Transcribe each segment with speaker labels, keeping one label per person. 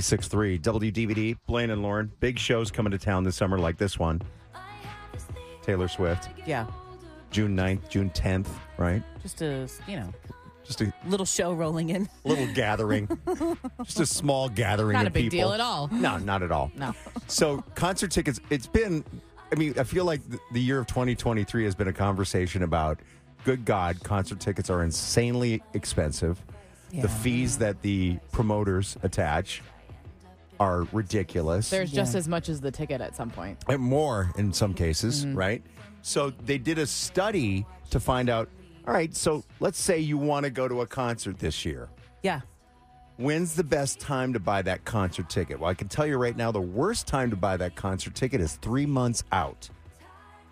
Speaker 1: 96.3 WDVD, Blaine and Lauren. Big shows coming to town this summer, like this one. Taylor Swift,
Speaker 2: Yeah.
Speaker 1: June 9th, June 10th, right?
Speaker 2: Just a, you know,
Speaker 1: Just a
Speaker 2: little show rolling in.
Speaker 1: little gathering, just a small gathering
Speaker 3: Not
Speaker 1: of
Speaker 3: a big
Speaker 1: people.
Speaker 3: deal at all.
Speaker 1: No, not at all.
Speaker 2: No.
Speaker 1: So, concert tickets, it's been, I mean, I feel like th- the year of 2023 has been a conversation about good God, concert tickets are insanely expensive.
Speaker 2: Yeah.
Speaker 1: The fees that the promoters attach are ridiculous.
Speaker 3: There's just
Speaker 2: Yeah.
Speaker 3: as much as the ticket at some point.
Speaker 1: and more in some cases, right? So they did a study to find out. All right, so let's say you want to go to a concert this year.
Speaker 2: Yeah.
Speaker 1: When's the best time to buy that concert ticket? Well, I can tell you right now, the worst time to buy that concert ticket is three months out.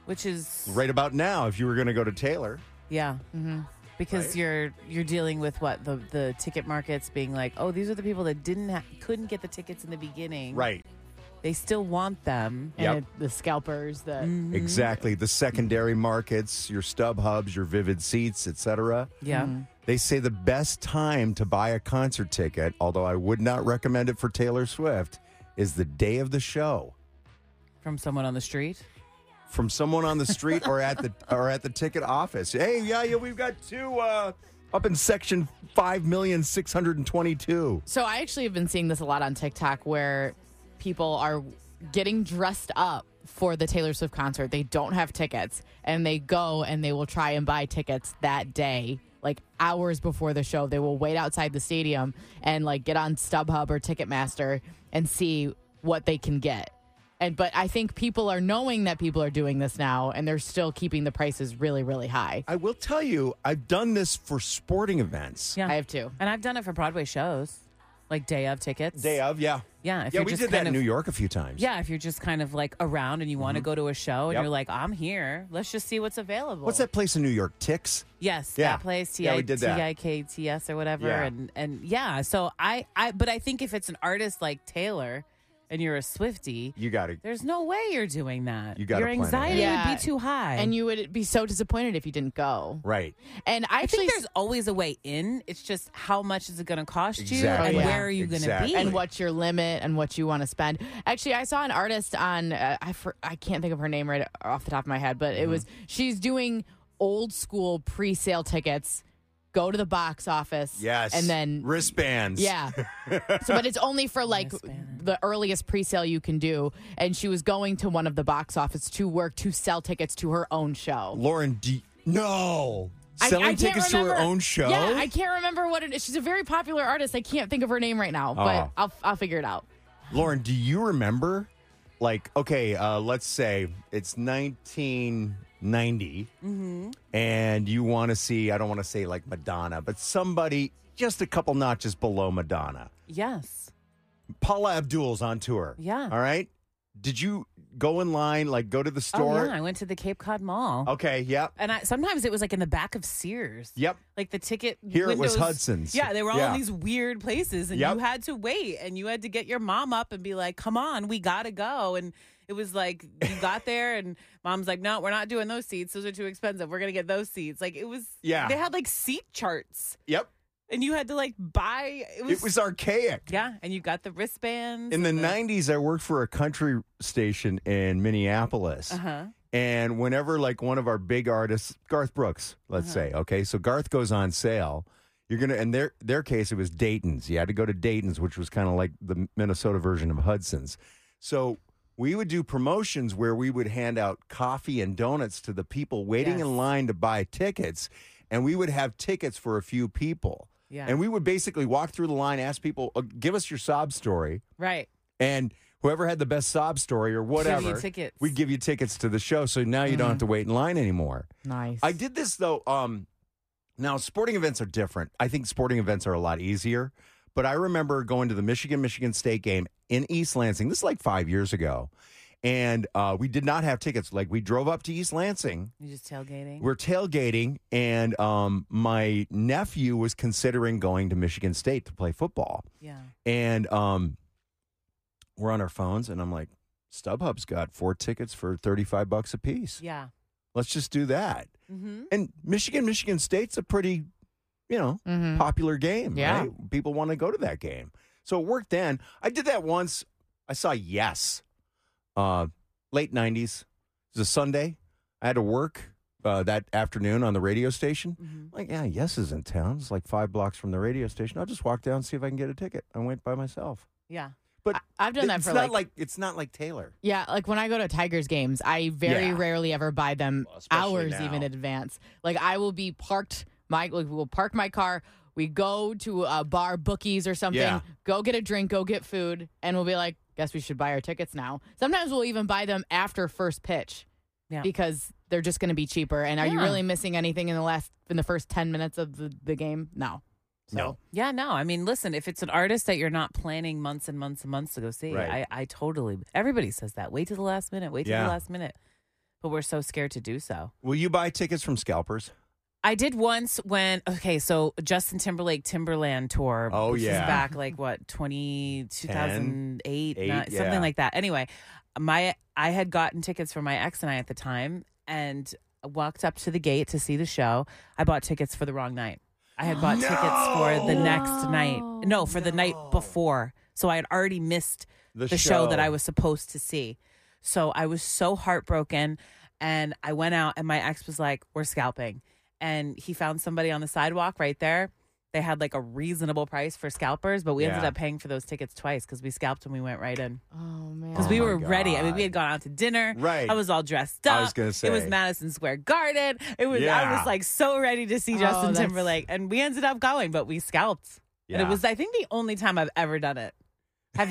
Speaker 2: Which is
Speaker 1: Right about now, if you were going to go to Taylor,
Speaker 2: Yeah. Mm-hmm. Because
Speaker 1: Right?
Speaker 2: you're you're dealing with what the the ticket markets being like, oh, these are the people that didn't ha- couldn't get the tickets in the beginning.
Speaker 1: right?
Speaker 2: They still want them.
Speaker 1: Yep.
Speaker 3: And it- the scalpers, the
Speaker 1: Mm. Exactly. The secondary markets, your stub hubs, your vivid seats, etc.
Speaker 2: Yeah.
Speaker 3: Mm-hmm.
Speaker 1: They say the best time to buy a concert ticket, although I would not recommend it for Taylor Swift, is the day of the show.
Speaker 2: From someone on the street.
Speaker 1: From someone on the street or at the or at the ticket office. Hey, yeah, yeah, we've got two uh, up in section five million six hundred and twenty-two.
Speaker 3: So I actually have been seeing this a lot on TikTok where people are getting dressed up for the Taylor Swift concert. They don't have tickets and they go and they will try and buy tickets that day. Like hours before the show, they will wait outside the stadium and like get on StubHub or Ticketmaster and see what they can get. And but I think people are knowing that people are doing this now and they're still keeping the prices really really high.
Speaker 1: I will tell you, I've done this for sporting events.
Speaker 2: Yeah.
Speaker 3: I have two.
Speaker 2: And I've done it for Broadway shows, like day of tickets.
Speaker 1: Day of, yeah.
Speaker 2: Yeah. If
Speaker 1: yeah,
Speaker 2: you're
Speaker 1: we
Speaker 2: just
Speaker 1: did
Speaker 2: kind
Speaker 1: that in
Speaker 2: of,
Speaker 1: New York a few times.
Speaker 2: Yeah, if you're just kind of like around and you want to go to a show and
Speaker 1: Yep.
Speaker 2: you're like, I'm here. Let's just see what's available.
Speaker 1: What's that place in New York? Ticks?
Speaker 2: Yes,
Speaker 1: Yeah.
Speaker 2: that place T
Speaker 1: Yeah,
Speaker 2: I
Speaker 1: we did
Speaker 2: T
Speaker 1: that.
Speaker 2: I K T S or whatever,
Speaker 1: Yeah.
Speaker 2: and and yeah. So I I but I think if it's an artist like Taylor, and you're a Swifty,
Speaker 1: You got it.
Speaker 2: there's no way you're doing that.
Speaker 1: You gotta
Speaker 2: your
Speaker 1: plan it.
Speaker 2: anxiety
Speaker 3: Yeah.
Speaker 2: would be too high.
Speaker 3: And you would be so disappointed if you didn't go.
Speaker 1: Right.
Speaker 3: And I
Speaker 2: I
Speaker 3: actually
Speaker 2: think there's always a way in. It's just how much is it going to cost you,
Speaker 1: Exactly.
Speaker 2: and
Speaker 3: Yeah.
Speaker 2: where are you going to
Speaker 1: Exactly.
Speaker 2: be?
Speaker 3: and what's your limit and what you want to spend. Actually, I saw an artist on uh, I for, I can't think of her name right off the top of my head, but it was she's doing old school pre-sale tickets. Go to the box office,
Speaker 1: Yes.
Speaker 3: and then
Speaker 1: wristbands.
Speaker 3: yeah. so, but it's only for like
Speaker 2: Wristband.
Speaker 3: the earliest pre-sale you can do. And she was going to one of the box office to work to sell tickets to her own show.
Speaker 1: Lauren, do you- no.
Speaker 3: I-
Speaker 1: Selling
Speaker 3: I can't
Speaker 1: tickets to her
Speaker 3: remember-
Speaker 1: own show?
Speaker 3: Yeah, I can't remember what it is. She's a very popular artist. I can't think of her name right now,
Speaker 1: Oh.
Speaker 3: but I'll I'll figure it out.
Speaker 1: Lauren, do you remember? Like, okay, uh, let's say it's 1990,
Speaker 3: Mm-hmm.
Speaker 1: and you want to see, I don't want to say like Madonna, but somebody just a couple notches below Madonna.
Speaker 2: yes,
Speaker 1: Paula Abdul's on tour.
Speaker 2: Yeah.
Speaker 1: All right. Did you go in line, like go to the
Speaker 2: oh
Speaker 1: store?
Speaker 2: yeah, I went to the Cape Cod Mall,
Speaker 1: Okay, yep.
Speaker 2: and I, sometimes it was like in the back of Sears.
Speaker 1: Yep.
Speaker 2: Like the ticket
Speaker 1: Here it was
Speaker 2: windows-
Speaker 1: Hudson's.
Speaker 2: Yeah, they were all
Speaker 1: Yeah.
Speaker 2: in these weird places, and
Speaker 1: Yep.
Speaker 2: you had to wait, and you had to get your mom up and be like, "Come on, we gotta go." And it was like you got there, and mom's like, "No, we're not doing those seats. Those are too expensive. We're gonna get those seats." Like it was.
Speaker 1: Yeah.
Speaker 2: They had like seat charts,
Speaker 1: Yep.
Speaker 2: and you had to like buy. It was.
Speaker 1: It was archaic.
Speaker 2: yeah, and you got the wristbands
Speaker 1: In the 90s, I worked for a country station in Minneapolis.
Speaker 2: Uh huh.
Speaker 1: And whenever like one of our big artists, Garth Brooks, let's
Speaker 2: Uh-huh.
Speaker 1: say, okay, so Garth goes on sale, you're gonna in their their case it was Dayton's. You had to go to Dayton's, which was kind of like the Minnesota version of Hudson's. So we would do promotions where we would hand out coffee and donuts to the people waiting
Speaker 2: Yes.
Speaker 1: in line to buy tickets, and we would have tickets for a few people.
Speaker 2: Yeah.
Speaker 1: And we would basically walk through the line, ask people, uh, "Give us your sob story,"
Speaker 2: Right.
Speaker 1: and whoever had the best sob story or whatever,
Speaker 2: tickets.
Speaker 1: we'd give you tickets to the show. So now you don't have to wait in line anymore.
Speaker 3: Nice.
Speaker 1: I did this though. Um, now sporting events are different. I think sporting events are a lot easier. But I remember going to the Michigan Michigan State game in East Lansing. This is like five years ago, and uh, we did not have tickets. Like we drove up to East Lansing.
Speaker 2: You just tailgating.
Speaker 1: We're tailgating, and um, my nephew was considering going to Michigan State to play football
Speaker 2: yeah.
Speaker 1: and um, we're on our phones, and I'm like, StubHub's got four tickets for 35 bucks a piece.
Speaker 2: Yeah.
Speaker 1: Let's just do that.
Speaker 2: Mm-hmm.
Speaker 1: And Michigan, Michigan State's a pretty, you know,
Speaker 3: Mhm.
Speaker 1: popular game.
Speaker 3: Yeah.
Speaker 1: right? people want to go to that game. So it worked then. I did that once. I saw Yes, uh, late '90s. It was a Sunday. I had to work uh, that afternoon on the radio station.
Speaker 2: Mhm.
Speaker 1: Like, yeah, Yes is in town. It's like five blocks from the radio station. I'll just walk down and see if I can get a ticket. I went by myself.
Speaker 2: Yeah.
Speaker 1: But
Speaker 3: I- I've done that
Speaker 1: it's
Speaker 3: for
Speaker 1: not
Speaker 3: like,
Speaker 1: like it's not like Taylor.
Speaker 3: yeah, like when I go to Tigers games, I very
Speaker 1: Yeah.
Speaker 3: rarely ever buy them
Speaker 1: Well, especially
Speaker 3: hours
Speaker 1: now.
Speaker 3: even in advance. Like I will be parked my like, we'll park my car, we go to a bar bookies or something,
Speaker 1: Yeah.
Speaker 3: go get a drink, go get food, and we'll be like, guess we should buy our tickets now. Sometimes we'll even buy them after first pitch.
Speaker 2: Yeah.
Speaker 3: Because they're just going to be cheaper. And are you
Speaker 2: Yeah.
Speaker 3: really missing anything in the last in the first 10 minutes of the, the game? No. So
Speaker 1: No.
Speaker 2: Yeah, no. I mean, listen, if it's an artist that you're not planning months and months and months to go see,
Speaker 1: Right.
Speaker 2: I, I totally, everybody says that. Wait till the last minute, wait till
Speaker 1: Yeah.
Speaker 2: the last minute. But we're so scared to do so.
Speaker 1: Will you buy tickets from scalpers?
Speaker 2: I did once when, okay, so Justin Timberlake Timberland tour.
Speaker 1: Oh,
Speaker 2: which was
Speaker 1: yeah.
Speaker 2: back like what, 20, 2008,
Speaker 1: Eight,
Speaker 2: nine-
Speaker 1: yeah.
Speaker 2: something like that. Anyway, my I had gotten tickets for my ex and I at the time and walked up to the gate to see the show. I bought tickets for the wrong night. I had bought tickets for the next night. No, for the night before. So I had already missed the, show. that I was supposed to see. So I was so heartbroken. And I went out, and my ex was like, We're scalping. And he found somebody on the sidewalk right there. They had like a reasonable price for scalpers, but we ended
Speaker 1: Yeah.
Speaker 2: up paying for those tickets twice because we scalped and we went right in.
Speaker 3: Oh man.
Speaker 2: Because
Speaker 1: Oh
Speaker 2: we
Speaker 1: my
Speaker 2: were ready. I mean,
Speaker 1: God.
Speaker 2: we had gone out to dinner.
Speaker 1: Right.
Speaker 2: I was all dressed up.
Speaker 1: I was gonna
Speaker 2: it was
Speaker 1: say.
Speaker 2: Madison Square Garden. It was I
Speaker 1: Yeah.
Speaker 2: was like so ready to see
Speaker 3: Oh,
Speaker 2: Justin
Speaker 3: that's-
Speaker 2: Timberlake, and we ended up going, but we scalped, and
Speaker 1: Yeah.
Speaker 2: it was I think the only time I've ever done it. Have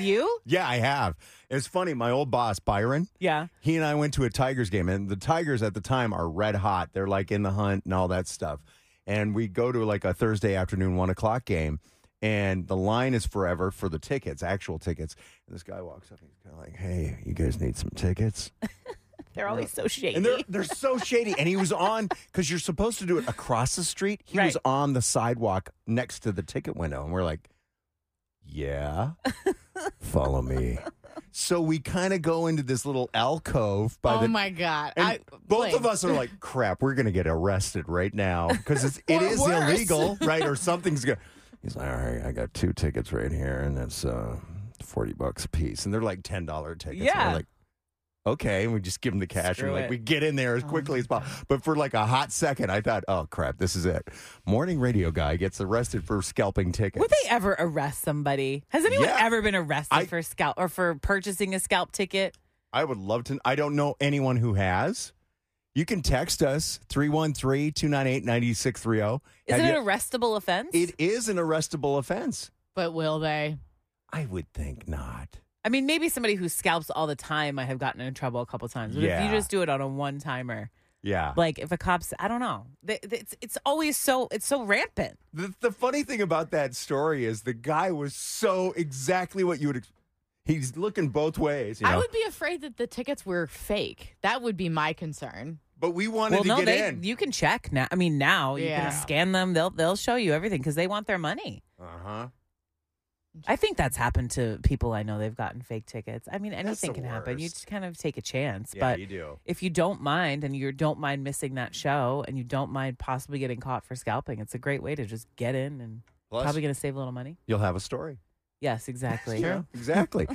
Speaker 2: you?
Speaker 1: Yeah, I have. It's funny. My old boss Byron,
Speaker 2: yeah.
Speaker 1: he and I went to a Tigers game, and the Tigers at the time are red hot. They're like in the hunt and all that stuff. And we go to like a Thursday afternoon one o'clock game, and the line is forever for the tickets, actual tickets. And this guy walks up, and he's kind of like, "Hey, you guys need some tickets?"
Speaker 2: They're always so shady.
Speaker 1: And they're they're so shady. And he was on because you're supposed to do it across the street. He was
Speaker 2: Right.
Speaker 1: on the sidewalk next to the ticket window, and we're like, "Yeah, follow me." So we kind of go into this little alcove by
Speaker 3: oh
Speaker 1: the.
Speaker 3: my god.
Speaker 1: and
Speaker 3: I,
Speaker 1: both
Speaker 3: Blaine.
Speaker 1: of us are like, "Crap, we're gonna get arrested right now because it's it
Speaker 3: Or
Speaker 1: is
Speaker 3: worse.
Speaker 1: illegal, right? Or something's gonna." He's like, "All right, I got two tickets right here, and that's uh, forty bucks a piece, and they're like ten dollar tickets." And
Speaker 2: Yeah.
Speaker 1: we're like, okay, and we just give him the cash,
Speaker 2: Screw
Speaker 1: and like
Speaker 2: it. Oh
Speaker 1: we get in there as quickly as possible. But for like a hot second, I thought, "Oh crap, this is it." Morning radio guy gets arrested for scalping tickets.
Speaker 2: Would they ever arrest somebody? Has anyone
Speaker 1: Yeah.
Speaker 2: ever been arrested
Speaker 1: I-
Speaker 2: for scalp or for purchasing a scalp ticket?
Speaker 1: I would love to. I don't know anyone who has. You can text us 313 298 9630.
Speaker 2: Is it an arrestable offense?
Speaker 1: It is an arrestable offense.
Speaker 3: But will they?
Speaker 1: I would think not.
Speaker 2: I mean, maybe somebody who scalps all the time might have gotten in trouble a couple times. But if
Speaker 1: Yeah.
Speaker 2: you just do it on a one timer,
Speaker 1: Yeah.
Speaker 2: like if a cop's, I don't know, Th- th- it's it's always so it's so rampant.
Speaker 1: The, the funny thing about that story is the guy was so exactly what you would. Ex- he's looking both ways, you know.
Speaker 3: I would be afraid that the tickets were fake. That would be my concern.
Speaker 1: but we wanted to
Speaker 2: well, no,
Speaker 1: get
Speaker 2: they
Speaker 1: in.
Speaker 2: you can check now. I mean, now you
Speaker 3: Yeah.
Speaker 2: can scan them. They'll they'll show you everything because they want their money.
Speaker 1: uh huh.
Speaker 2: I think that's happened to people I know. They've gotten fake tickets. I mean, anything
Speaker 1: the
Speaker 2: can happen. You
Speaker 1: worst.
Speaker 2: just kind of take a chance, but.
Speaker 1: do.
Speaker 2: if you don't mind and you don't mind missing that show and you don't mind possibly getting caught for scalping, it's a great way to just get in and
Speaker 1: Plus,
Speaker 2: probably going to save a little money.
Speaker 1: you'll have a story.
Speaker 2: Yes, exactly.
Speaker 1: Yeah, exactly.